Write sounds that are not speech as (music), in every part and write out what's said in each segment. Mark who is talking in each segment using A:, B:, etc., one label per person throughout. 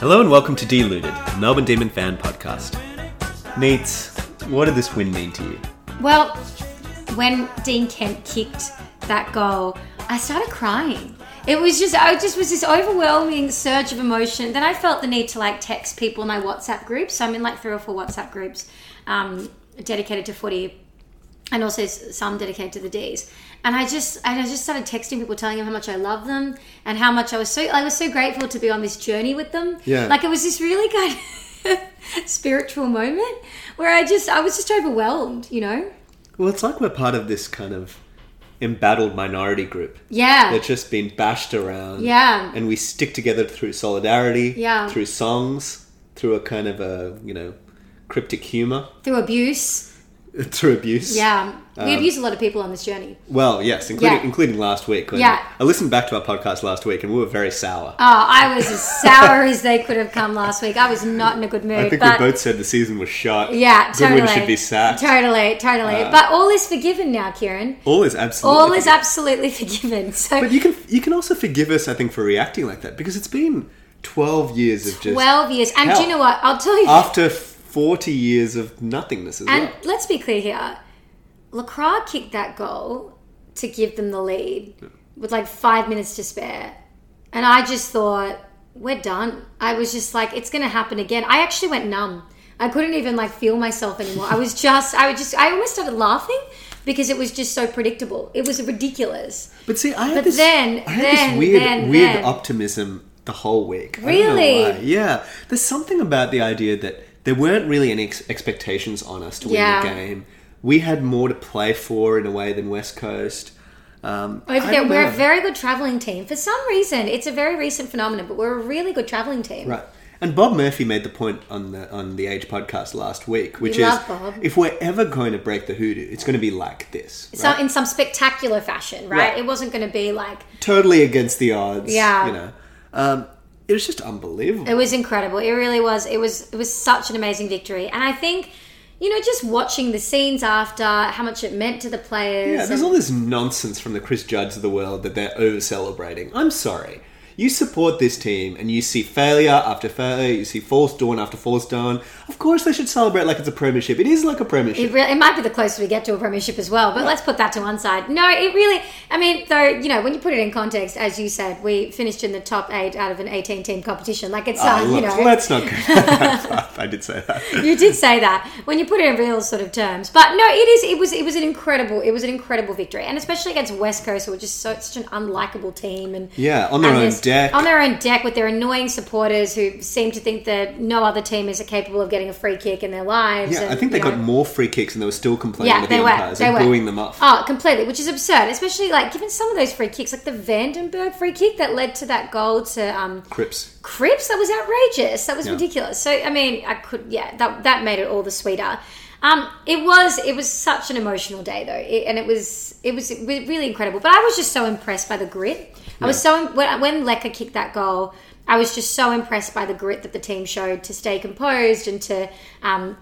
A: Hello and welcome to Deluded, the Melbourne Demon fan podcast. Neats, what did this win mean to you?
B: Well, when Dean Kent kicked that goal, I started crying. It was just, I just was this overwhelming surge of emotion. Then I felt the need to like text people in my WhatsApp groups. So I'm in like three or four WhatsApp groups um, dedicated to footy and also s- some dedicated to the D's. And I just, and I just started texting people, telling them how much I love them and how much I was so, I was so grateful to be on this journey with them.
A: Yeah.
B: Like it was this really kind of (laughs) spiritual moment where I just, I was just overwhelmed, you know?
A: Well, it's like we're part of this kind of embattled minority group
B: Yeah.
A: that's just been bashed around.
B: Ah. Yeah.
A: And we stick together through solidarity,
B: Yeah.
A: through songs, through a kind of a, you know, cryptic humor, (laughs)
B: Through abuse.
A: through abuse.
B: Yeah. we
A: Um,
B: abuse a lot of people on this journey.
A: Well, yes, including
B: Yeah.
A: including last week. when-
B: Yeah.
A: I listened back to our podcast last week and we were very sour.
B: Oh, I was as sour as they could have come last week. I was not in a good mood.
A: I think
B: but
A: we both said the season was shot.
B: yeah,
A: Goodwin
B: totally.
A: should be sacked. Uh,
B: Totally, totally. but all is forgiven now, Kieran.
A: All is absolutely.
B: All is absolutely (laughs) forgiven. So
A: But you can you can also forgive us, I think, for reacting like that because it's been twelve years of just
B: twelve years. And do
A: Hell. Ah,
B: you know what? I'll tell you
A: after forty years of nothingness as
B: And
A: well.
B: let's be clear here. Lacroix kicked that goal to give them the lead with like five minutes to spare. And I just thought, we're done. I was just like, it's going to happen again. I actually went numb. I couldn't even like feel myself anymore.
A: (laughs)
B: I was just, I was just, I almost started laughing because it was just so predictable. It was ridiculous.
A: But see, I had
B: But
A: this,
B: then-
A: I had this
B: then-
A: weird
B: then-
A: weird
B: then.
A: optimism the whole week. I don't know
B: Really?
A: why. Yeah. There's something about the idea that there weren't really any ex- expectations on us to win
B: Yeah.
A: the game. We had more to play for in a way than West Coast. Um,
B: Over
A: I
B: there,
A: don't
B: we're
A: know.
B: a very good traveling team. For some reason, it's a very recent phenomenon, but we're a really good traveling team.
A: Right. And Bob Murphy made the point on the on the Age podcast last week, which
B: We
A: is
B: love Bob.
A: if we're ever going to break the hoodoo, it's going to be like this.
B: So
A: right?
B: in some spectacular fashion, right?
A: Right.
B: It wasn't going to be like
A: totally against the odds.
B: Yeah.
A: You know, um, it was just unbelievable.
B: It was incredible. It really was. It was it was such an amazing victory. And I think, you know, just watching the scenes after, how much it meant to the players.
A: yeah, there's
B: and-
A: all this nonsense from the Chris Judds of the world that they're over celebrating. I'm sorry. You support this team and you see failure after failure, you see false dawn after false dawn. Of course, they should celebrate like it's a premiership. It is like a premiership.
B: it, really, it might be the closest we get to a premiership as well, but let's put that to one side. No, it really, I mean, though, you know, when you put it in context, as you said, we finished in the top eight out of an 18 team competition. Like it's,
A: Ah,
B: uh, you
A: look,
B: know.
A: let's
B: (laughs)
A: not go down that path. I did say that.
B: you did say that when you put it in real sort of terms. But no, it is. It was. It was an incredible. It was an incredible victory, and especially against West Coast, who were just so, such an unlikable team. And
A: Yeah, on their
B: and
A: own
B: this-
A: deck.
B: On their own deck with their annoying supporters who seem to think that no other team is capable of getting a free kick in their lives.
A: Yeah,
B: and,
A: I think they
B: you
A: got
B: know.
A: more free kicks and they were still complaining
B: Yeah,
A: to
B: they
A: the
B: were.
A: umpires
B: They
A: and
B: were
A: booing them off.
B: Oh, completely, which is absurd, especially like given some of those free kicks, like the Vandenberg free kick that led to that goal to um,
A: Crips.
B: Crips? That was outrageous. That was
A: Yeah.
B: ridiculous. So I mean, I could yeah, that that made it all the sweeter. Um, it was it was such an emotional day though, it, and it was it was really incredible. But I was just so impressed by the grit. I was so when when Lecker kicked that goal, I was just so impressed by the grit that the team showed to stay composed and to um,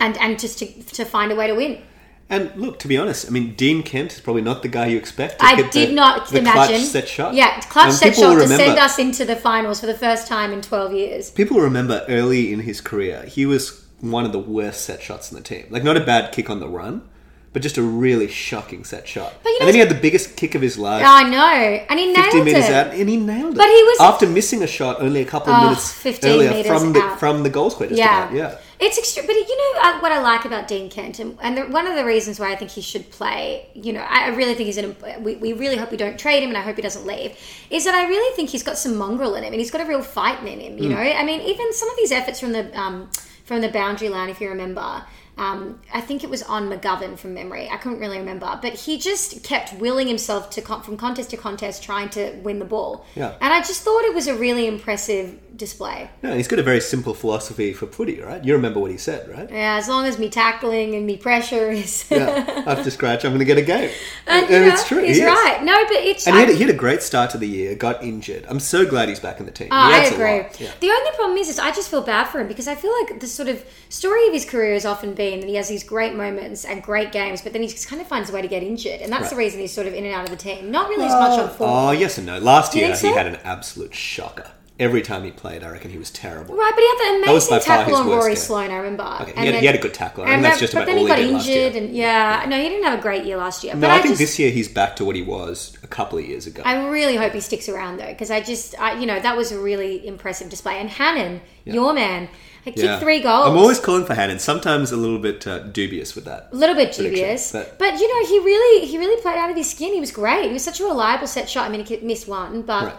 B: and and just to, to find a way to win.
A: And look, to be honest, I mean, Dean Kent is probably not the guy you expect. To
B: I
A: get
B: did
A: the,
B: not
A: the
B: imagine
A: clutch set shot.
B: Yeah, clutch
A: Um,
B: set
A: people
B: shot
A: will
B: to
A: remember-
B: send us into the finals for the first time in twelve years.
A: People remember early in his career, he was one of the worst set shots in the team. Like, not a bad kick on the run, but just a really shocking set shot.
B: But you know-
A: and then he had the biggest kick of his life,
B: I know, and he nailed
A: 50 meters
B: it.
A: out, and he nailed it.
B: But he was-
A: after missing a shot only a couple of
B: Oh,
A: minutes
B: 15
A: earlier
B: meters
A: from the
B: out.
A: from the goal square. Just
B: Yeah.
A: about, yeah.
B: It's extreme, but you know uh, what I like about Dean Kent, and, and the, one of the reasons why I think he should play. You know, I, I really think he's an. imp- We, we really hope we don't trade him, and I hope he doesn't leave. Is that I really think he's got some mongrel in him, and he's got a real
A: Hmm.
B: fight in him. You know, I mean, even some of these efforts from the um, from the boundary line, if you remember. um, I think it was on McGovern from memory. I couldn't really remember, but he just kept willing himself to con- from contest to contest, trying to win the ball.
A: Yeah.
B: And I just thought it was a really impressive display.
A: No, he's got a very simple philosophy for footy, right? You remember what he said, right?
B: Yeah, Uh, as long as me tackling and me pressure is.
A: Yeah. After scratch, I'm going to get a game.
B: and, (laughs) you know, Uh, He's
A: he is.
B: right. No, but it's.
A: And he had,
B: I-
A: he had a great start to the year, got injured. I'm so glad he's back in the team.
B: Oh,
A: He
B: I
A: adds a
B: agree.
A: lot. Yeah.
B: The only problem is, is I just feel bad for him because I feel like the sort of story of his career has often been that he has these great moments and great games, but then he just kind of finds a way to get injured, and that's the reason he's sort of in and out of the team. Not really as much on form,
A: Oh, yes and no. Last
B: You
A: year,
B: think so?
A: he had an absolute shocker. Every time he played, I reckon he was terrible.
B: right? But he had that amazing
A: was by far
B: tackle
A: his
B: on
A: worst
B: Rory
A: game.
B: Sloan. I remember. Okay,
A: he, had, he had a good tackle, and that's just
B: but
A: about
B: then
A: all
B: he
A: he, did
B: got
A: last year.
B: injured, and yeah, no, he didn't have a great year last year.
A: no,
B: but
A: I,
B: I,
A: think
B: just,
A: this year he's back to what he was a couple of years ago.
B: I really hope he sticks around though, because I just, I, you know, that was a really impressive display. And Hannon, your man, he kicked
A: Yeah.
B: three goals.
A: I'm always calling for Hannon. Sometimes a little bit uh, dubious with that.
B: a little bit
A: prediction,
B: dubious,
A: but-
B: but, you know he really he really played out of his skin. He was great. He was such a reliable set shot. I mean, he missed one, but
A: Right.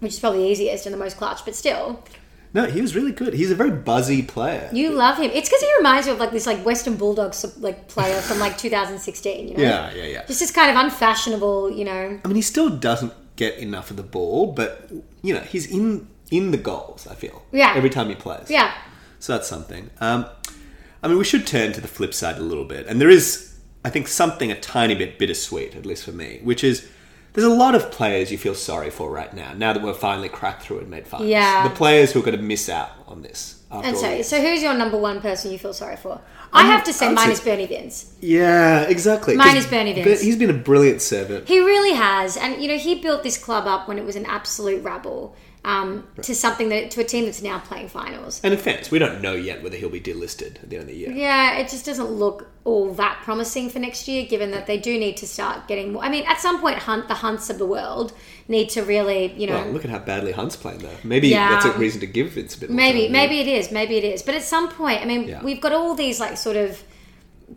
B: which is probably the easiest and the most clutch. But still,
A: No, he was really good. He's a very buzzy player.
B: you love him. It's because he reminds you of like this like Western Bulldogs like player from like 2016. You know,
A: yeah, yeah, yeah.
B: just this kind of unfashionable. You know,
A: I mean, he still doesn't get enough of the ball, but you know, he's in in the goals. I feel.
B: Yeah.
A: Every time he plays.
B: yeah.
A: So that's something. Um, I mean, we should turn to the flip side a little bit, and there is, I think, something a tiny bit bittersweet, at least for me, which is. There's a lot of players you feel sorry for right now. Now that we're finally cracked through and made finals,
B: Yeah.
A: the players who are going to miss out on this. After
B: And
A: all
B: so,
A: this.
B: so who's your number one person you feel sorry for? I have to
A: I
B: say
A: would
B: mine
A: say-
B: is Bernie Vins.
A: Yeah, exactly.
B: Mine
A: 'Cause
B: is Bernie
A: Be-
B: Vince.
A: He's been a brilliant servant.
B: He really has, and you know, he built this club up when it was an absolute rabble um, to something that to a team that's now playing finals.
A: And in fairness, we don't know yet whether he'll be delisted at the end of the year.
B: Yeah, it just doesn't look all that promising for next year, given that they do need to start getting more. I mean, at some point, Hunt, the Hunts of the world need to really, you know,
A: Well, Oh, look at how badly Hunt's playing, though. Maybe
B: Yeah.
A: that's a reason to give Vince a bit more
B: maybe,
A: time,
B: maybe it is, maybe it is. But at some point, I mean,
A: Yeah.
B: we've got all these like sort of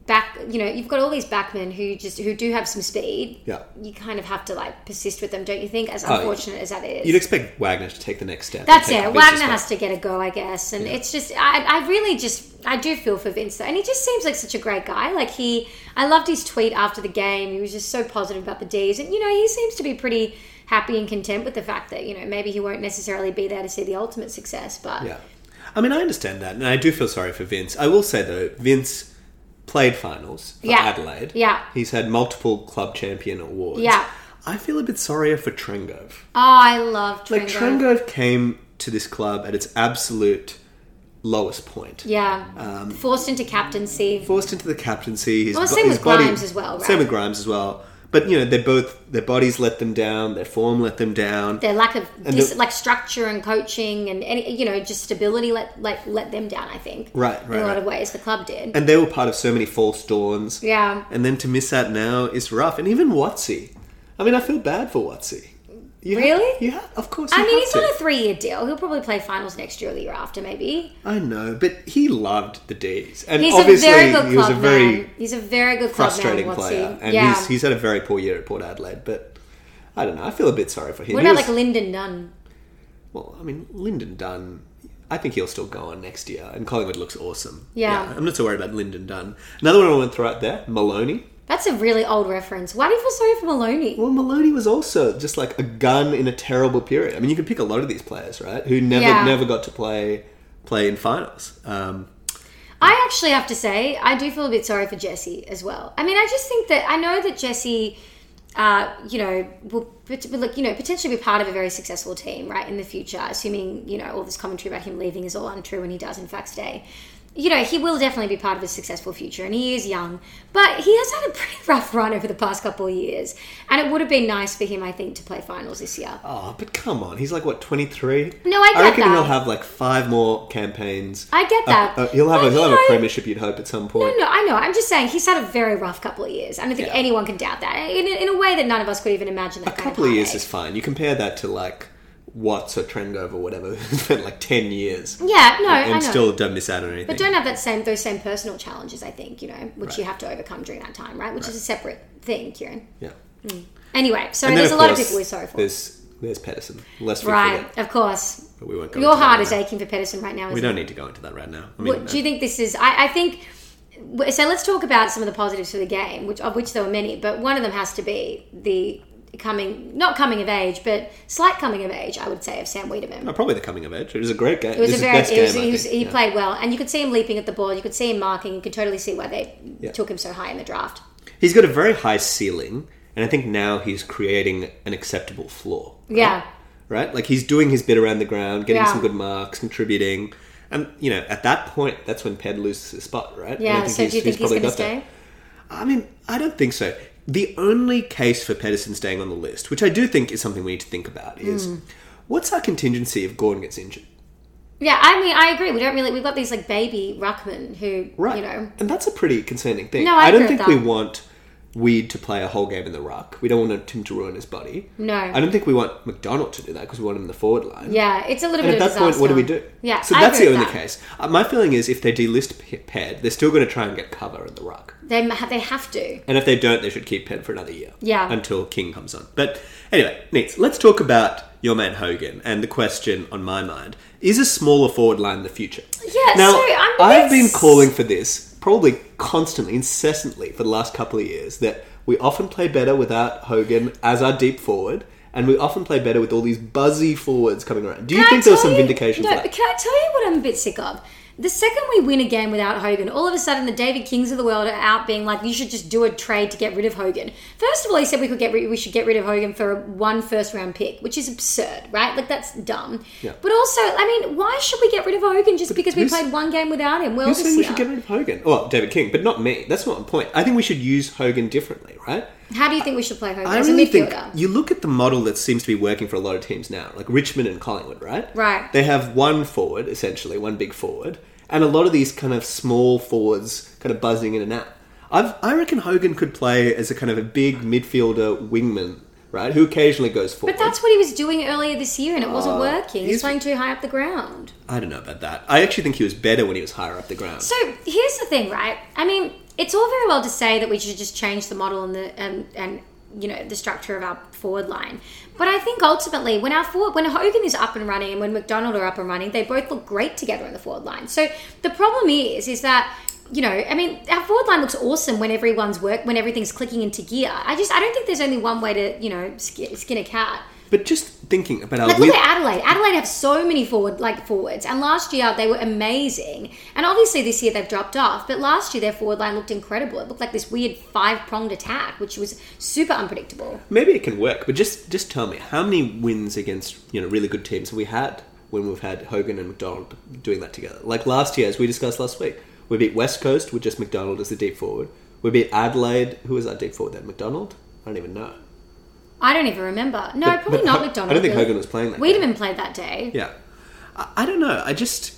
B: back, you know, you've got all these backmen who just who do have some speed.
A: Yeah.
B: you kind of have to like persist with them, don't you think? As
A: Oh, yeah.
B: unfortunate as that is,
A: You'd expect Wagner to take the next step.
B: That's
A: and take
B: it.
A: Vince's
B: Wagner
A: spot.
B: has to get a go, I guess. And it's just, I, I really just, I do feel for Vince, though. And he just seems like such a great guy. Like, he, I loved his tweet after the game. He was just so positive about the D's. And, you know, he seems to be pretty happy and content with the fact that, you know, maybe he won't necessarily be there to see the ultimate success. But
A: Yeah. I mean, I understand that, and I do feel sorry for Vince. I will say, though, Vince played finals for
B: Yeah.
A: Adelaide.
B: Yeah.
A: He's had multiple club champion awards.
B: Yeah.
A: I feel a bit sorrier for Trengove.
B: oh, I love Trengove.
A: Like, Trengove came to this club at its absolute lowest point.
B: Yeah.
A: um,
B: Forced into captaincy.
A: forced into the captaincy. His,
B: Well,
A: bo-
B: same
A: his
B: with
A: body,
B: Grimes as well, right?
A: Same with Grimes as well. But you know, they both their bodies let them down. Their form let them down.
B: Their lack of
A: And
B: dis-
A: the-
B: like structure and coaching and any you know just stability let like let them down I think
A: Right,
B: in
A: right,
B: a lot
A: right.
B: of ways the club did
A: and they were part of so many false dawns.
B: yeah
A: And then to miss out now is rough. And even Watsy. I mean, I feel bad for Watsy. You have-
B: Really?
A: you have, of course.
B: I
A: you
B: mean,
A: have
B: he's
A: to.
B: on a three-year deal. He'll probably play finals next year or the year after, maybe.
A: I know, but he loved the D's, and
B: He's
A: obviously
B: a very good club
A: he was a very
B: man. He's a very good club
A: frustrating
B: man, Watsy.
A: player, and
B: yeah.
A: he's he's had a very poor year at Port Adelaide. But I don't know. I feel a bit sorry for him.
B: what
A: He
B: about
A: was-
B: like Lyndon Dunn?
A: Well, I mean, Lyndon Dunn, I think he'll still go on next year, and Collingwood looks awesome.
B: Yeah.
A: I'm not so worried about Lyndon Dunn. Another one I want to throw out there Maloney.
B: That's a really old reference. Why do you feel sorry for Maloney?
A: Well, Maloney was also just like a gun in a terrible period. I mean, you can pick a lot of these players, right? Who never
B: Yeah.
A: never got to play play in finals. Um,
B: I actually have to say, I do feel a bit sorry for Jesse as well. I mean, I just think that I know that Jesse, uh, you know, will, pot- will look, you know potentially be part of a very successful team, right, in the future, assuming you know all this commentary about him leaving is all untrue, and he does in fact stay. you know, he will definitely be part of a successful future and he is young, but he has had a pretty (laughs) rough run over the past couple of years. And it would have been nice for him, I think, to play finals this year.
A: oh, but come on. He's like, what, 23?
B: No, I
A: I
B: get
A: reckon
B: that.
A: he'll have like five more campaigns.
B: I get that.
A: Uh, uh, he'll have, a,
B: But,
A: he'll
B: you
A: have a
B: know,
A: premiership, you'd hope, at some point.
B: No, I know. I'm just saying he's had a very rough couple of years. I don't think
A: Yeah.
B: anyone can doubt that in, in a way that none of us could even imagine.
A: A
B: That kind
A: couple of years
B: heartache.
A: is fine. You compare that to like Watts or Trengove or whatever, (laughs) who spent like 10 years.
B: Yeah, no, I know.
A: and still don't miss out on anything.
B: but don't have that same those same personal challenges. I think you know, which you
A: Right.
B: have to overcome during that time, right? Which is a separate thing, Kieran.
A: yeah.
B: Anyway, so
A: And then,
B: there's a
A: of
B: lot of
A: course,
B: people we're sorry for.
A: There's there's Pedersen. Less fit for
B: Right,
A: that,
B: of course.
A: but we won't go.
B: Your
A: into that
B: heart
A: right
B: is
A: now.
B: aching for Pedersen right now.
A: We
B: isn't
A: don't
B: it?
A: need to go into that right now. I mean, uh,
B: What, do you think this is? I, I think so let's talk about some of the positives for the game, which of which there were many, but one of them has to be the coming, not coming of age, but slight coming of age, I would say, of Sam Wiedemann.
A: No, uh, probably the coming of age. It was a great game.
B: It was
A: This
B: a
A: is
B: very.
A: best
B: It was,
A: game, I
B: he, was,
A: think.
B: he
A: Yeah.
B: played well, and you could see him leaping at the ball. You could see him marking. You could totally see why they
A: Yeah.
B: took him so high in the draft.
A: He's got a very high ceiling, and I think now he's creating an acceptable floor.
B: Yeah,
A: right? Like he's doing his bit around the ground, getting
B: Yeah.
A: some good marks, contributing. And you know, at that point, that's when Ped loses his spot, right? And I
B: yeah. So do you think he's
A: probably
B: going
A: got
B: to
A: that.
B: stay?
A: I mean, I don't think so. The only case for Pedersen staying on the list, which I do think is something we need to think about, is
B: Hmm.
A: what's our contingency if Gordon gets injured?
B: Yeah, I mean, I agree. We don't really. We've got these like baby Ruckman who,
A: Right.
B: you know,
A: And that's a pretty concerning thing.
B: No, I
A: don't
B: agree
A: think
B: with
A: we
B: that.
A: want Weed to play a whole game in the ruck. We don't want him to ruin his body.
B: No.
A: I don't think we want McDonald to do that because we want him in the forward line.
B: yeah, it's a little
A: And
B: bit.
A: at
B: of
A: that
B: a
A: point, what do we do?
B: disaster. Yeah,
A: So
B: I
A: that's
B: agree
A: the
B: with
A: only
B: that.
A: case. Uh, my feeling is if they delist P- Ped, they're still going to try and get cover in the ruck.
B: They ma- they have to.
A: And if they don't, they should keep Ped for another year.
B: Yeah.
A: Until King comes on. But anyway, Neats, let's talk about your man Hogan and the question on my mind is a smaller forward line the future?
B: Yeah,
A: Now,
B: so I'm
A: I've been
B: it's-
A: calling for this probably constantly, incessantly for the last couple of years that we often play better without Hogan as our deep forward. And we often play better with all these buzzy forwards coming around. Do you
B: Can I
A: think there was
B: tell
A: some
B: you-
A: vindication
B: No,
A: for that?
B: but can I tell you what I'm a bit sick of? The second we win a game without Hogan, all of a sudden the David Kings of the world are out being like, "You should just do a trade to get rid of Hogan." First of all, he said we could get ri- we should get rid of Hogan for a one first round pick, which is absurd, right? Like that's dumb.
A: Yeah.
B: But also, I mean, why should we get rid of Hogan just because we
A: who's-
B: played one game without him? Well,
A: Who's saying we
B: this
A: should
B: year.
A: get rid of Hogan? Well, David King, but not me. That's not the point. I think we should use Hogan differently, right?
B: How do you think we should play Hogan
A: I
B: as
A: really
B: a midfielder?
A: think you look at the model that seems to be working for a lot of teams now, like Richmond and Collingwood, right?
B: Right.
A: They have one forward, essentially, one big forward, and a lot of these kind of small forwards kind of buzzing in and out. I've, I reckon Hogan could play as a kind of a big midfielder wingman, right? Who occasionally goes forward.
B: but that's what he was doing earlier this year, and it wasn't working.
A: Uh, he's-
B: He's playing too high up the ground.
A: I don't know about that. I actually think he was better when he was higher up the ground.
B: So here's the thing, right? I mean, it's all very well to say that we should just change the model and the and, and you know the structure of our forward line, but I think ultimately when our forward, when Hogan is up and running and when McDonald are up and running, they both look great together in the forward line. So the problem is, is that. You know, I mean, our forward line looks awesome when everyone's work, when everything's clicking into gear. I just, I don't think there's only one way to, you know, skin, skin a cat.
A: but just thinking about our
B: Like
A: weird-
B: look at Adelaide. Adelaide have so many forward like forwards, and last year they were amazing. And obviously this year they've dropped off, but last year their forward line looked incredible. It looked like this weird five pronged attack, which was super unpredictable.
A: Maybe it can work, but just just tell me how many wins against you know really good teams have we had when we've had Hogan and McDonald doing that together? Like last year, as we discussed last week, we beat West Coast with just McDonald as the deep forward. We beat Adelaide. Who was our deep forward then? McDonald? I don't even know.
B: I don't even remember. No,
A: But-
B: probably
A: but
B: not
A: Ho-
B: McDonald.
A: I don't think
B: but
A: Hogan was playing that. game.
B: Wiedemann played that day.
A: Yeah. I, I don't know. I just.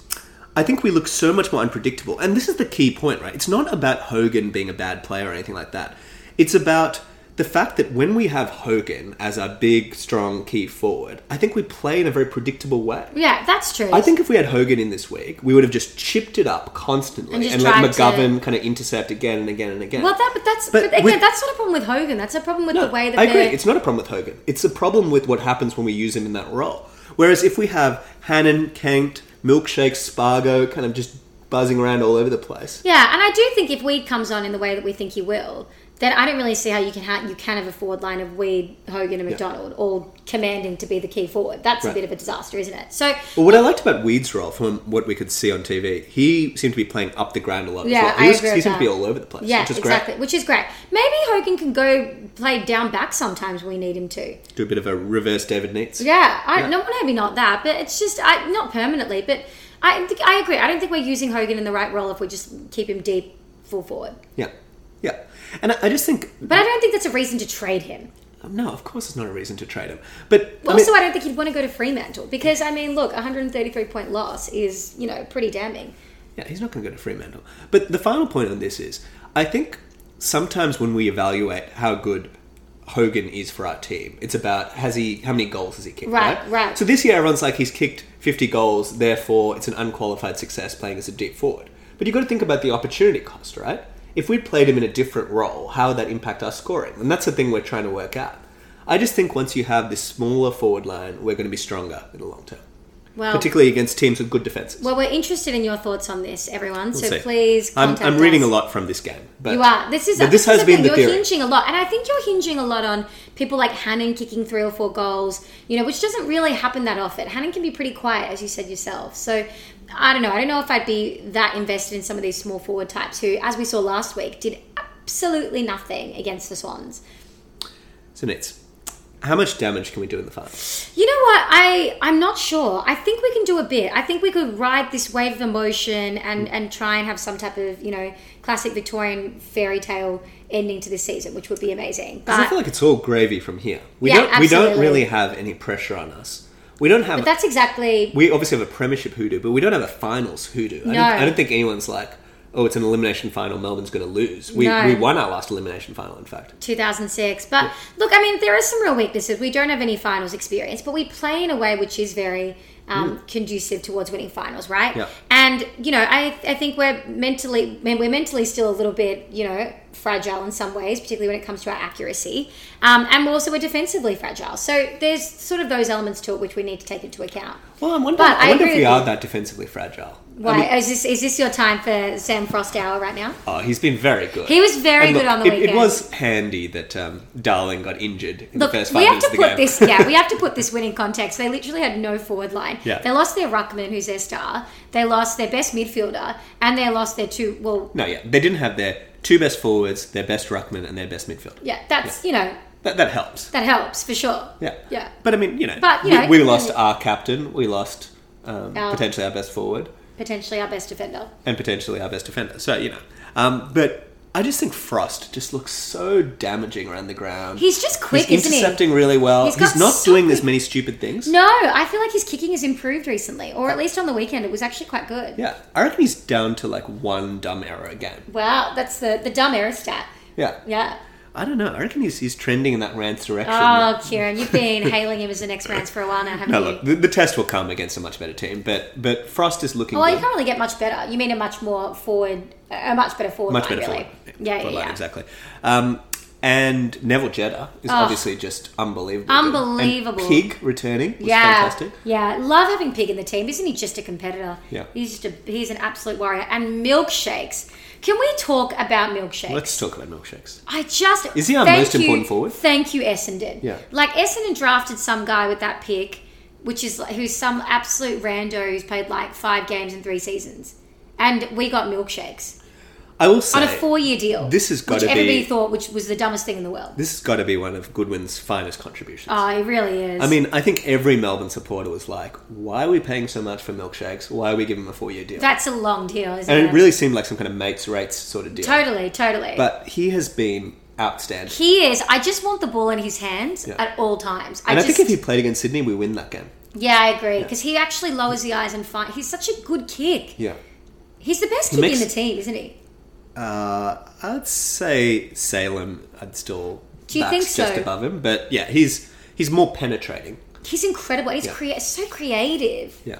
A: I think we look so much more unpredictable. And this is the key point, right? It's not about Hogan being a bad player or anything like that. It's about the fact that when we have Hogan as our big, strong key forward, I think we play in a very predictable way.
B: Yeah, that's true.
A: I think if we had Hogan in this week, we would have just chipped it up constantly
B: And
A: and,
B: just
A: let
B: tried to-
A: McGovern kind of intercept again and again and again.
B: well, that but that's
A: But
B: but, again
A: with-
B: that's not a problem with Hogan. That's a problem with the way that
A: I agree.
B: they're
A: It's not a problem with Hogan. It's a problem with what happens when we use him in that role. Whereas if we have Hannon, Kent, Milkshake, Spargo, kind of just buzzing around all over the place.
B: Yeah, and I do think if Weed comes on in the way that we think he will, then I don't really see how you can ha- you can have a forward line of Weed, Hogan, and McDonald all commanding to be the key forward. That's
A: Right.
B: a bit of a disaster, isn't it? So
A: But what I liked about Weed's role, from what we could see on TV, he seemed to be playing up the ground a lot. as
B: Yeah,
A: well. he
B: I
A: was,
B: agree
A: He
B: with
A: seemed to be
B: that.
A: all over the place,
B: yeah,
A: which is
B: exactly,
A: great.
B: which is great. Maybe Hogan can go play down back sometimes when we need him to.
A: Do a bit of a reverse David Neitz.
B: Yeah, I
A: Yeah.
B: no, maybe not that, but it's just I not permanently, but I think I agree. I don't think we're using Hogan in the right role if we just keep him deep full forward.
A: yeah, yeah. And I, I just think,
B: But I don't think that's a reason to trade him.
A: no, of course, it's not a reason to trade him. But I mean-
B: Also, I don't think he'd want to go to Fremantle because, I mean, look, 133 point loss is, you know, pretty damning.
A: Yeah, he's not going to go to Fremantle. But the final point on this is, I think sometimes when we evaluate how good Hogan is for our team, it's about has he how many goals has he kicked? Right,
B: Right, right.
A: So this year everyone's like he's kicked fifty goals, therefore it's an unqualified success playing as a deep forward. But you've got to think about the opportunity cost, right? If we'd played him in a different role, how would that impact our scoring? And that's the thing we're trying to work out. I just think once you have this smaller forward line, we're going to be stronger in the long term.
B: Well-
A: particularly against teams with good defenses.
B: Well, we're interested in your thoughts on this, everyone. so
A: see.
B: please
A: I'm,
B: contact
A: I'm reading
B: us.
A: a lot from this game, but
B: You are. This is.
A: But this
B: is
A: has been
B: thing.
A: the
B: You're
A: theory.
B: hinging a lot, and I think you're hinging a lot on people like Hannon kicking three or four goals. You know, which doesn't really happen that often. Hannon can be pretty quiet, as you said yourself. So I don't know. I don't know if I'd be that invested in some of these small forward types who, as we saw last week, did absolutely nothing against the Swans.
A: So Nets, how much damage can we do in the finals?
B: You know what? I I'm not sure. I think we can do a bit. I think we could ride this wave of emotion
A: Mm.
B: and and try and have some type of you know classic Victorian fairy tale ending to this season, which would be amazing.
A: 'Cause I
B: But
A: feel like it's all gravy from here. We
B: Yeah,
A: don't we don't
B: absolutely.
A: really have any pressure on us. We don't have
B: but that's exactly
A: we obviously have a premiership hoodoo, but we don't have a finals hoodoo. I,
B: No.
A: don't, I don't think anyone's like, oh, it's an elimination final. Melbourne's going to lose. We,
B: No.
A: we won our last elimination final, in fact.
B: 2006. But look, I mean, there are some real weaknesses. We don't have any finals experience, but we play in a way which is very um, conducive towards winning finals, right?
A: Yeah.
B: And you know, I I think we're mentally man, we're mentally still a little bit you know fragile in some ways, particularly when it comes to our accuracy, um, and we're also we're defensively fragile. So there's sort of those elements to it which we need to take into account.
A: Well, I'm wondering,
B: But
A: I
B: I
A: wonder
B: agree
A: if we
B: with
A: are
B: you.
A: that defensively fragile.
B: Why
A: I mean,
B: is this is this your time for Sam Frost hour right now?
A: oh, he's been very good.
B: He was very
A: And
B: good
A: look,
B: on the
A: it,
B: weekend.
A: It was handy that um, Darling got injured in
B: Look,
A: the first five
B: we have
A: minutes
B: to
A: of the
B: put
A: game.
B: this. Yeah, we have
A: (laughs)
B: to put this win in context. They literally had no forward line.
A: Yeah.
B: They lost their ruckman, who's their star. They lost their best midfielder, and they lost their two. Well,
A: no, yeah, they didn't have their two best forwards, their best ruckman, and their best midfielder.
B: yeah, that's you know
A: That, that helps.
B: that helps for sure.
A: Yeah,
B: Yeah.
A: But I mean, you know,
B: But, you
A: we,
B: know,
A: we
B: you-
A: lost our captain, we lost um,
B: Our-
A: potentially our best forward.
B: Potentially our best defender.
A: and potentially our best defender. So you know, um, but I just think Frost just looks so damaging around the ground.
B: He's just quick,
A: He's
B: isn't he?
A: intercepting really well. He's,
B: He's got
A: not
B: so
A: doing as many stupid things.
B: No, I feel like his kicking has improved recently, or at least on the weekend it was actually quite good.
A: Yeah, I reckon he's down to like one dumb error a game.
B: Wow, that's the the dumb error stat.
A: Yeah,
B: Yeah.
A: I don't know. I reckon he's he's trending in that Rance direction.
B: Oh, Kieran, you've been hailing him as the next rounds for a while now, haven't
A: no,
B: you?
A: look, the, the test will come against a much better team, but but Frost is looking.
B: Well,
A: good.
B: you can't really get much better. You mean a much more forward, a much better forward
A: much
B: line,
A: better
B: really.
A: forward.
B: Yeah,
A: forward
B: yeah,
A: line,
B: yeah.
A: exactly. Um, and Neville Jeddah is obviously just unbelievable.
B: Unbelievable.
A: Pig returning was
B: Yeah,
A: fantastic.
B: yeah. Love having Pig in the team. Isn't he just a competitor?
A: Yeah.
B: he's just a, he's an absolute warrior. And milkshakes. Can we talk about milkshakes?
A: Let's talk about milkshakes.
B: I just
A: Is he our
B: thank
A: most
B: you-
A: important forward?
B: Thank you, Essendon.
A: Yeah.
B: like Essendon drafted some guy with that pick, which is like- who's some absolute rando who's played like five games in three seasons, and we got milkshakes
A: I will say
B: on a four-year deal.
A: this has gotta
B: which everybody
A: be-
B: thought which was the dumbest thing in the world.
A: this has got to be one of Goodwin's finest contributions.
B: Oh, it really is.
A: I mean, I think every Melbourne supporter was like, "Why are we paying so much for milkshakes? Why are we giving him a four-year deal?"
B: that's a long deal, isn't
A: and
B: it?
A: it really seemed like some kind of mates rates sort of deal.
B: totally, totally.
A: But he has been outstanding,
B: he is. I just want the ball in his hands
A: Yeah.
B: at all times. I
A: and I,
B: just,
A: think if he played against Sydney, we win that game.
B: yeah, I agree because he actually lowers the eyes and find. He's such a good kick.
A: Yeah,
B: He's the best kick
A: makes-
B: in the team, isn't he?
A: uh, I'd say Salem. I'd still
B: Do you
A: backs
B: think
A: just
B: so?
A: above him, but yeah, he's he's more penetrating.
B: He's incredible. He's
A: Yeah.
B: crea- so creative.
A: Yeah,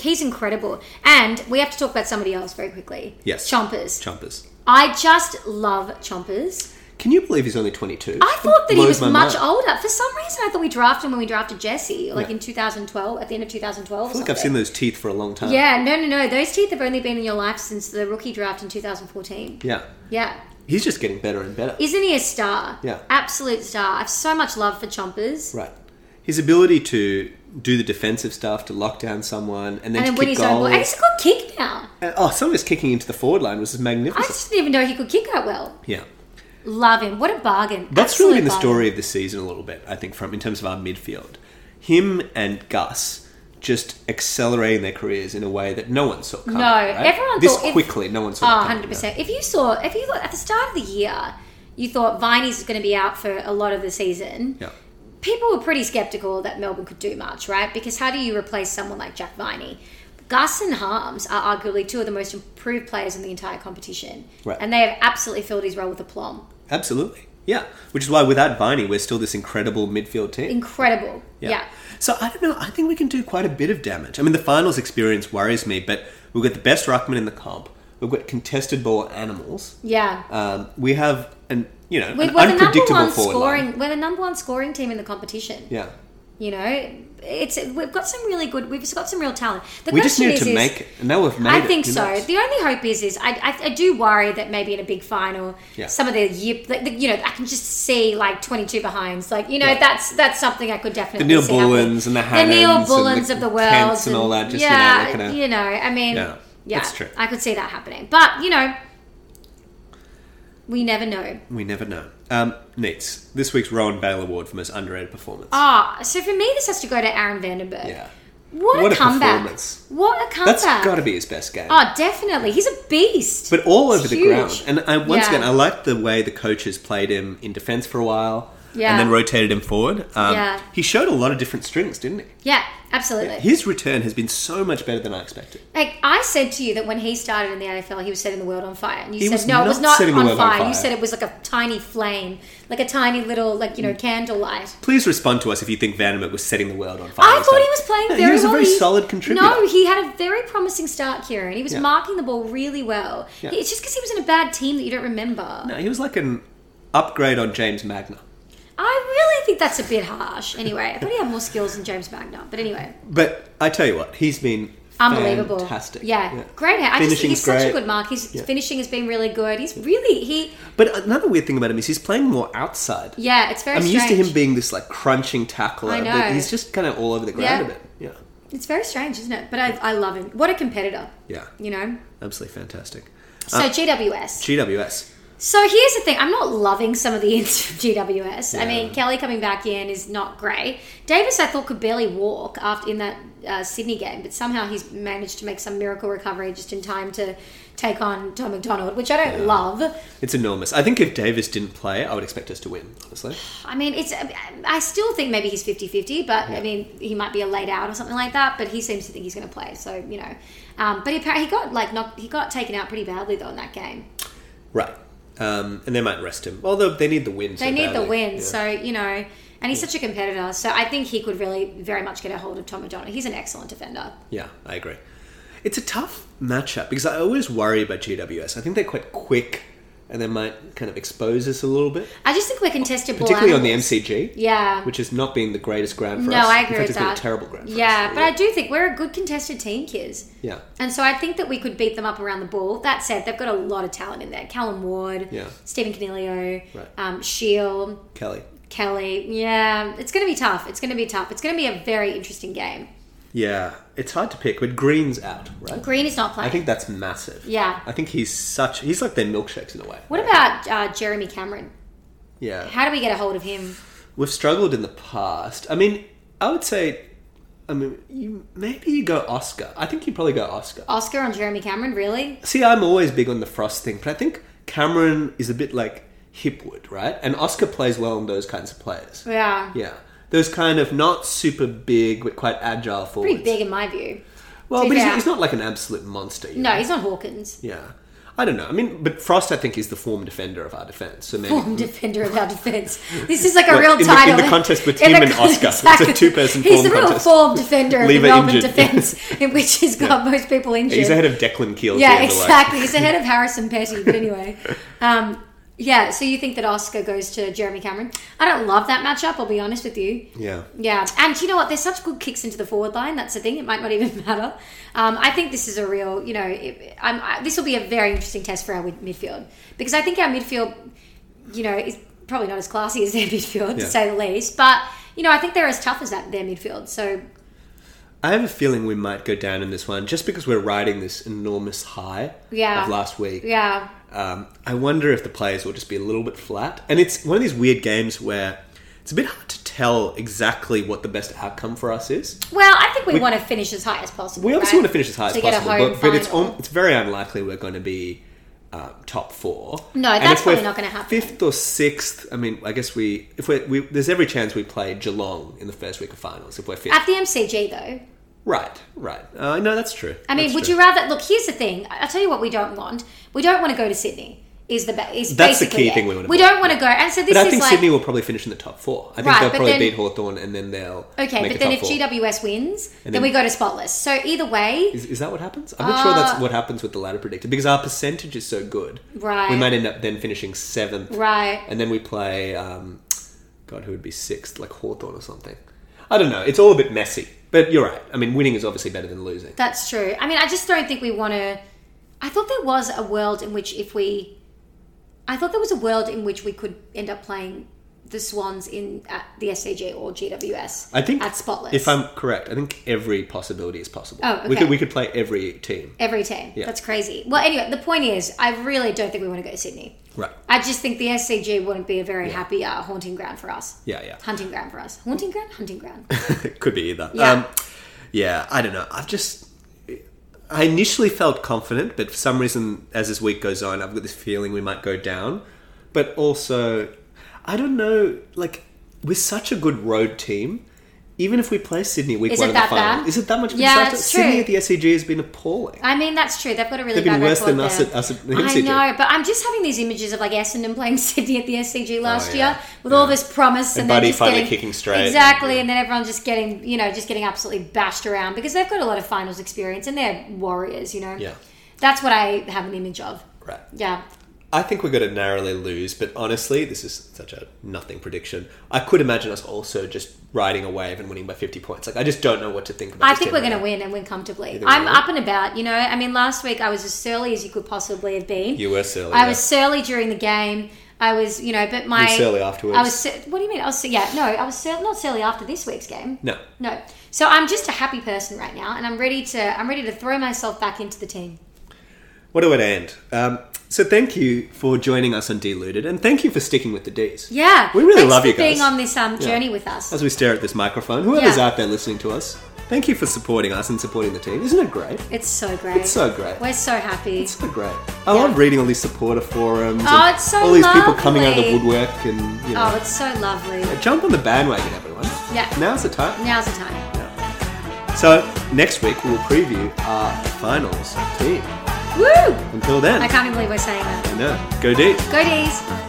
B: He's incredible. And we have to talk about somebody else very quickly.
A: Yes.
B: Chompers.
A: Chompers.
B: I just love Chompers.
A: Can you believe he's only twenty-two?
B: I thought that he was much
A: older.
B: older. For some reason, I thought we drafted him when we drafted Jesse, like
A: Yeah.
B: in 2012, at the end of 2012.
A: I feel like I've seen those teeth for a long time.
B: Yeah, no, no, no. Those teeth have only been in your life since the rookie draft in 2014.
A: Yeah.
B: Yeah.
A: He's just getting better and better.
B: Isn't he a star?
A: Yeah.
B: Absolute star. I've so much love for Chompers.
A: right. His ability to do the defensive stuff, to lock down someone, and then,
B: And then
A: to kick
B: win his own ball.
A: goals.
B: And he's a good kick now.
A: And- oh, some of his kicking into the forward line was
B: I
A: magnificent.
B: just didn't even know he could kick that well.
A: yeah.
B: Love him. What a bargain.
A: That's
B: Absolute
A: really been the
B: bargain.
A: story of the season a little bit, I think, from in terms of our midfield. Him and Gus just accelerating their careers in a way that no one saw coming.
B: No,
A: right?
B: everyone
A: this
B: thought if-
A: quickly, no one saw.
B: Oh,
A: it coming,
B: 100%. If you saw, if you thought at the start of the year, you thought Viney's was going to be out for a lot of the season.
A: Yeah. Yeah.
B: people were pretty skeptical that Melbourne could do much, right? Because how do you replace someone like Jack Viney? Gus and Harms are arguably two of the most improved players in the entire competition.
A: Right.
B: And they have absolutely filled his role with aplomb.
A: Absolutely. Yeah. Which is why without Viney, we're still this incredible midfield team.
B: Incredible. Yeah.
A: So I don't know. I think we can do quite a bit of damage. I mean, the finals experience worries me, but we've got the best ruckman in the comp. We've got contested ball animals.
B: Yeah.
A: Um, we have an you know
B: We
A: an
B: we're the number
A: unpredictable
B: one
A: forward
B: scoring
A: line.
B: we're the number one scoring team in the competition.
A: Yeah,
B: You know, it's we've got some really good. We've got some real talent. The
A: we just
B: question
A: need
B: is,
A: to
B: is-
A: make it, and now we've made
B: I
A: it,
B: think
A: you
B: so.
A: know.
B: The only hope is, is I, I, I do worry that maybe in a big final,
A: Yeah.
B: some of the, yip, like the you know, I can just see like twenty two behinds, like you know,
A: Yeah.
B: that's that's something I could definitely
A: The Neil
B: see happening.
A: Bullens and the
B: the
A: Hannons
B: Neil
A: and
B: Bullens
A: the
B: of the world,
A: Kents and all that, just, you know,
B: yeah,
A: looking at-
B: you know, I mean,
A: Yeah,
B: yeah,
A: that's true.
B: I could see that happening, but you know, we never know.
A: We never know. Um, Neats. This week's Rowan Bale Award for most underrated performance.
B: Ah, so for me, this has to go to Aaron Vandenberg.
A: yeah,
B: What,
A: What a
B: a comeback!
A: performance.
B: What a comeback!
A: that's got to be his best game.
B: Oh, definitely. He's a beast.
A: But all over
B: It's
A: the
B: huge.
A: ground. And I, once
B: Yeah.
A: again, I liked the way the coaches played him in defense for a while
B: Yeah.
A: and then rotated him forward. Um,
B: Yeah.
A: He showed a lot of different strings, didn't he?
B: yeah, absolutely.
A: His return has been so much better than I expected.
B: Like I said to you that when he started in the AFL, he was setting the world on fire, and you
A: He
B: said
A: was
B: no,
A: not
B: it was not
A: setting the
B: on
A: world on
B: fire.
A: fire.
B: You said it was like a tiny flame, like a tiny little, like
A: Mm.
B: you know, candlelight.
A: Please respond to us if you think Vanderbilt was setting the world on fire.
B: I
A: this
B: thought
A: time.
B: he was playing
A: No,
B: very
A: He was
B: well.
A: a very solid contributor.
B: No, he had a very promising start, Kieran. He was
A: Yeah.
B: marking the ball really well.
A: Yeah.
B: It's just because he was in a bad team that you don't remember.
A: No, he was like an upgrade on James Magna.
B: I really think that's a bit harsh. Anyway, I thought he had more skills than James Magna, but anyway.
A: But I tell you what, he's been
B: Unbelievable.
A: fantastic.
B: Yeah. Great. I just think
A: Finishing's
B: he's such
A: great.
B: a good mark. His
A: Yeah.
B: finishing has been really good. He's really he
A: But another weird thing about him is he's playing more outside.
B: yeah, it's very
A: I'm
B: strange.
A: used to him being this like crunching tackler,
B: I
A: but
B: know.
A: he's just kind of all over the
B: Yeah.
A: ground a bit. Yeah,
B: it's very strange, isn't it? But I, I love him. What a competitor,
A: yeah,
B: you know?
A: absolutely fantastic.
B: So
A: Uh,
B: GWS.
A: GWS,
B: so here's the thing. I'm not loving some of the (laughs) ends of GWS.
A: Yeah.
B: I mean, Kelly coming back in is not great. Davis, I thought, could barely walk after in that uh, Sydney game, but somehow he's managed to make some miracle recovery just in time to take on Tom McDonald, which I don't love.
A: it's enormous. I think if Davis didn't play, I would expect us to win. Honestly,
B: I mean, it's. I still think maybe he's 50 50, but I mean, he might be a laid out or something like that, but he seems to think he's going to play, so, you know. Um, but he, appa- he got, like, knocked, he got taken out pretty badly, though, in that game.
A: right? Um, and they might rest him, although they need the win. so
B: They need the
A: badly.
B: win,
A: Yeah.
B: so, you know, and he's such a competitor, so I think he could really very much get a hold of Tom McDonald. He's an excellent defender.
A: yeah, I agree. It's a tough matchup because I always worry about GWS. I think they're quite quick, and they might kind of expose us a little bit,
B: I just think we're contested ball
A: particularly on the
B: animals.
A: MCG.
B: Yeah.
A: Which has not been the greatest ground for
B: no,
A: us.
B: I
A: In
B: agree
A: fact,
B: with
A: it's
B: that.
A: been a terrible ground. for
B: Yeah,
A: us.
B: but I do think we're a good contested team, kids.
A: Yeah.
B: And so I think that we could beat them up around the ball. That said, they've got a lot of talent in there. Callum Ward,
A: Yeah.
B: Stephen Canelio,
A: Right.
B: um, Shield,
A: Kelly.
B: Kelly. Yeah, it's going to be tough. It's going to be tough. It's going to be a very interesting game.
A: Yeah, it's hard to pick, but Green's out, right?
B: Green is not playing.
A: I think that's massive.
B: Yeah.
A: I think he's such. He's like their milkshakes in a way.
B: What about uh, Jeremy Cameron?
A: Yeah.
B: How do we get a hold of him?
A: We've struggled in the past. I mean, I would say. I mean, you, maybe you go Oscar. I think you probably go Oscar.
B: Oscar on Jeremy Cameron, really?
A: See, I'm always big on the Frost thing, but I think Cameron is a bit like Hipwood, right? And Oscar plays well on those kinds of players.
B: Yeah.
A: Yeah. Those kind of not super big, but quite agile forwards.
B: Pretty big in my view.
A: Well,
B: to
A: but
B: be
A: he's,
B: fair.
A: he's not like an absolute monster. you
B: No, he's not Hawkins.
A: Yeah. I don't know. I mean, but Frost, I think, is the form defender of our defense. So maybe. (laughs)
B: Form defender of our defense. This is like a
A: Well,
B: real
A: in the- in
B: title.
A: the contest with
B: (laughs) In
A: him
B: the
A: and
B: con-
A: Oscar. It's a two-person
B: He's
A: form
B: the real
A: contest.
B: form defender of
A: Lever
B: the Melbourne
A: injured. (laughs)
B: defense, in which he's got most people injured.
A: He's ahead of Declan Keel. at
B: yeah,
A: the end of the
B: exactly. He's ahead
A: (laughs)
B: of Harrison Petty. But anyway, um, yeah. So you think that Oscar goes to Jeremy Cameron? I don't love that matchup. I'll be honest with you.
A: line. Yeah.
B: Yeah, and you know what? There's such good kicks into the forward line. That's the thing. It might not even (laughs) matter. Um, I think this is a real, you know, it, I'm, I, this will be a very interesting test for our mid- midfield because I think our midfield, you know, is probably not as classy as their (laughs) midfield
A: Yeah.
B: to say the least. But you know, I think they're as tough as that their midfield. So
A: I have a feeling we might go down in this one just because we're riding this enormous high
B: Yeah.
A: of last week.
B: yeah,
A: Um, I wonder if the players will just be a little bit flat. And it's one of these weird games where it's a bit hard to tell exactly what the best outcome for us is.
B: well, I think we, want to finish as high as possible.
A: We obviously
B: right?
A: want to finish as high as
B: To get a
A: possible,
B: home
A: but, but it's
B: final.
A: on, it's very unlikely we're going to be um, top four.
B: No,
A: And
B: that's
A: if we're
B: probably not gonna happen.
A: Fifth or sixth. I mean, I guess we if we're, we there's every chance we play Geelong in the first week of finals if we're fifth.
B: At the MCG though,
A: right, right. Uh, no, that's true.
B: I mean,
A: That's
B: would
A: true.
B: you rather? Look, here's the thing. I- I'll tell you what we don't want. We don't want to go to Sydney. Is the ba- is
A: That's the
B: basically
A: key
B: it.
A: thing we wanna
B: We
A: avoid,
B: don't want to go. And so this
A: But I
B: is
A: think
B: like
A: Sydney will probably finish in the top four. I think
B: Right,
A: they'll
B: but
A: probably
B: then-
A: beat Hawthorn and then they'll
B: okay,
A: make
B: but
A: the
B: then
A: top
B: if
A: four.
B: GWS wins, then,
A: then-
B: we go to spotless. So either way,
A: Is, is that what happens? I'm not sure that's
B: Uh,
A: what happens with the ladder predictor because our percentage is so good.
B: Right.
A: We might end up then finishing seventh.
B: Right.
A: And then we play, um, God, who would be sixth? Like Hawthorn or something. I don't know. It's all a bit messy, but you're right. I mean, winning is obviously better than losing.
B: That's true. I mean, I just don't think we want to. I thought there was a world in which if we, I thought there was a world in which we could end up playing the Swans in at the SCG or GWS.
A: I think
B: at Spotless.
A: If I'm correct, I think every possibility is possible.
B: Oh,
A: We
B: okay.
A: could we could play every team.
B: every team,
A: Yeah.
B: that's crazy. Well, anyway, the point is, I really don't think we want to go to Sydney.
A: Right.
B: I just think the SCG wouldn't be a very happy uh, haunting ground for us.
A: Yeah, yeah.
B: Hunting ground for us. Haunting ground? Hunting ground.
A: (laughs) It could be either.
B: Yeah.
A: Um, yeah, I don't know. I've just. I initially felt confident, but for some reason, as this week goes on, I've got this feeling we might go down. But also, I don't know. Like, we're such a good road team. Even if we play Sydney week
B: Is
A: one
B: it
A: of the
B: that
A: final,
B: bad?
A: is it that much of a
B: Yeah,
A: disaster?
B: it's
A: Sydney
B: true.
A: at the SCG has been appalling.
B: I mean, that's true. They've got a really
A: They've been
B: bad
A: worse
B: record
A: than us
B: there.
A: at- us at the (laughs)
B: I
A: MCG.
B: know, but I'm just having these images of like Essendon playing (laughs) Sydney at the SCG last
A: Oh, yeah.
B: year with all this promise and,
A: And
B: then
A: Buddy
B: just
A: finally
B: getting,
A: kicking straight.
B: exactly,
A: Yeah.
B: and then everyone just getting you know just getting absolutely bashed around because they've got a lot of finals experience and they're warriors, you know.
A: Yeah.
B: that's what I have an image of.
A: Right.
B: Yeah,
A: I think we're going to narrowly lose, but honestly, this is such a nothing prediction. I could imagine us also just riding a wave and winning by 50 points. Like, I just don't know what to think about
B: I
A: this
B: think
A: team
B: we're
A: right
B: going to
A: now.
B: win and win comfortably.
A: think we
B: I'm
A: will?
B: up and about, you know. I mean, last week I was as surly as you could possibly have been.
A: You were silly.
B: I was surly during the game. I was, you know, but my
A: You were surly afterwards.
B: I was. sur- What do you mean? I was. sur- Yeah, no, I was sur- not surly after this week's game.
A: No.
B: No. So I'm just a happy person right now, and I'm ready to. I'm ready to throw myself back into the team.
A: What a way to end. Um, so thank you for joining us on Deluded, and thank you for sticking with the Ds.
B: Yeah.
A: We really
B: Thanks
A: love
B: for
A: you guys.
B: being on this um, journey with us.
A: As we stare at this microphone, whoever's
B: Yeah.
A: out there listening to us, thank you for supporting us and supporting the team. Isn't it great?
B: It's so great.
A: It's so great.
B: We're so happy.
A: It's so great. I love reading all these supporter forums.
B: Oh,
A: and
B: it's so
A: All these people coming out of the
B: lovely.
A: woodwork and, you know.
B: oh, it's so lovely.
A: Jump on the bandwagon, everyone.
B: Yeah.
A: Now's the time.
B: Now's the time.
A: So next week we'll preview our finals team.
B: Woo!
A: Until then,
B: I can't even believe we're saying that.
A: no, go deep.
B: Go D's.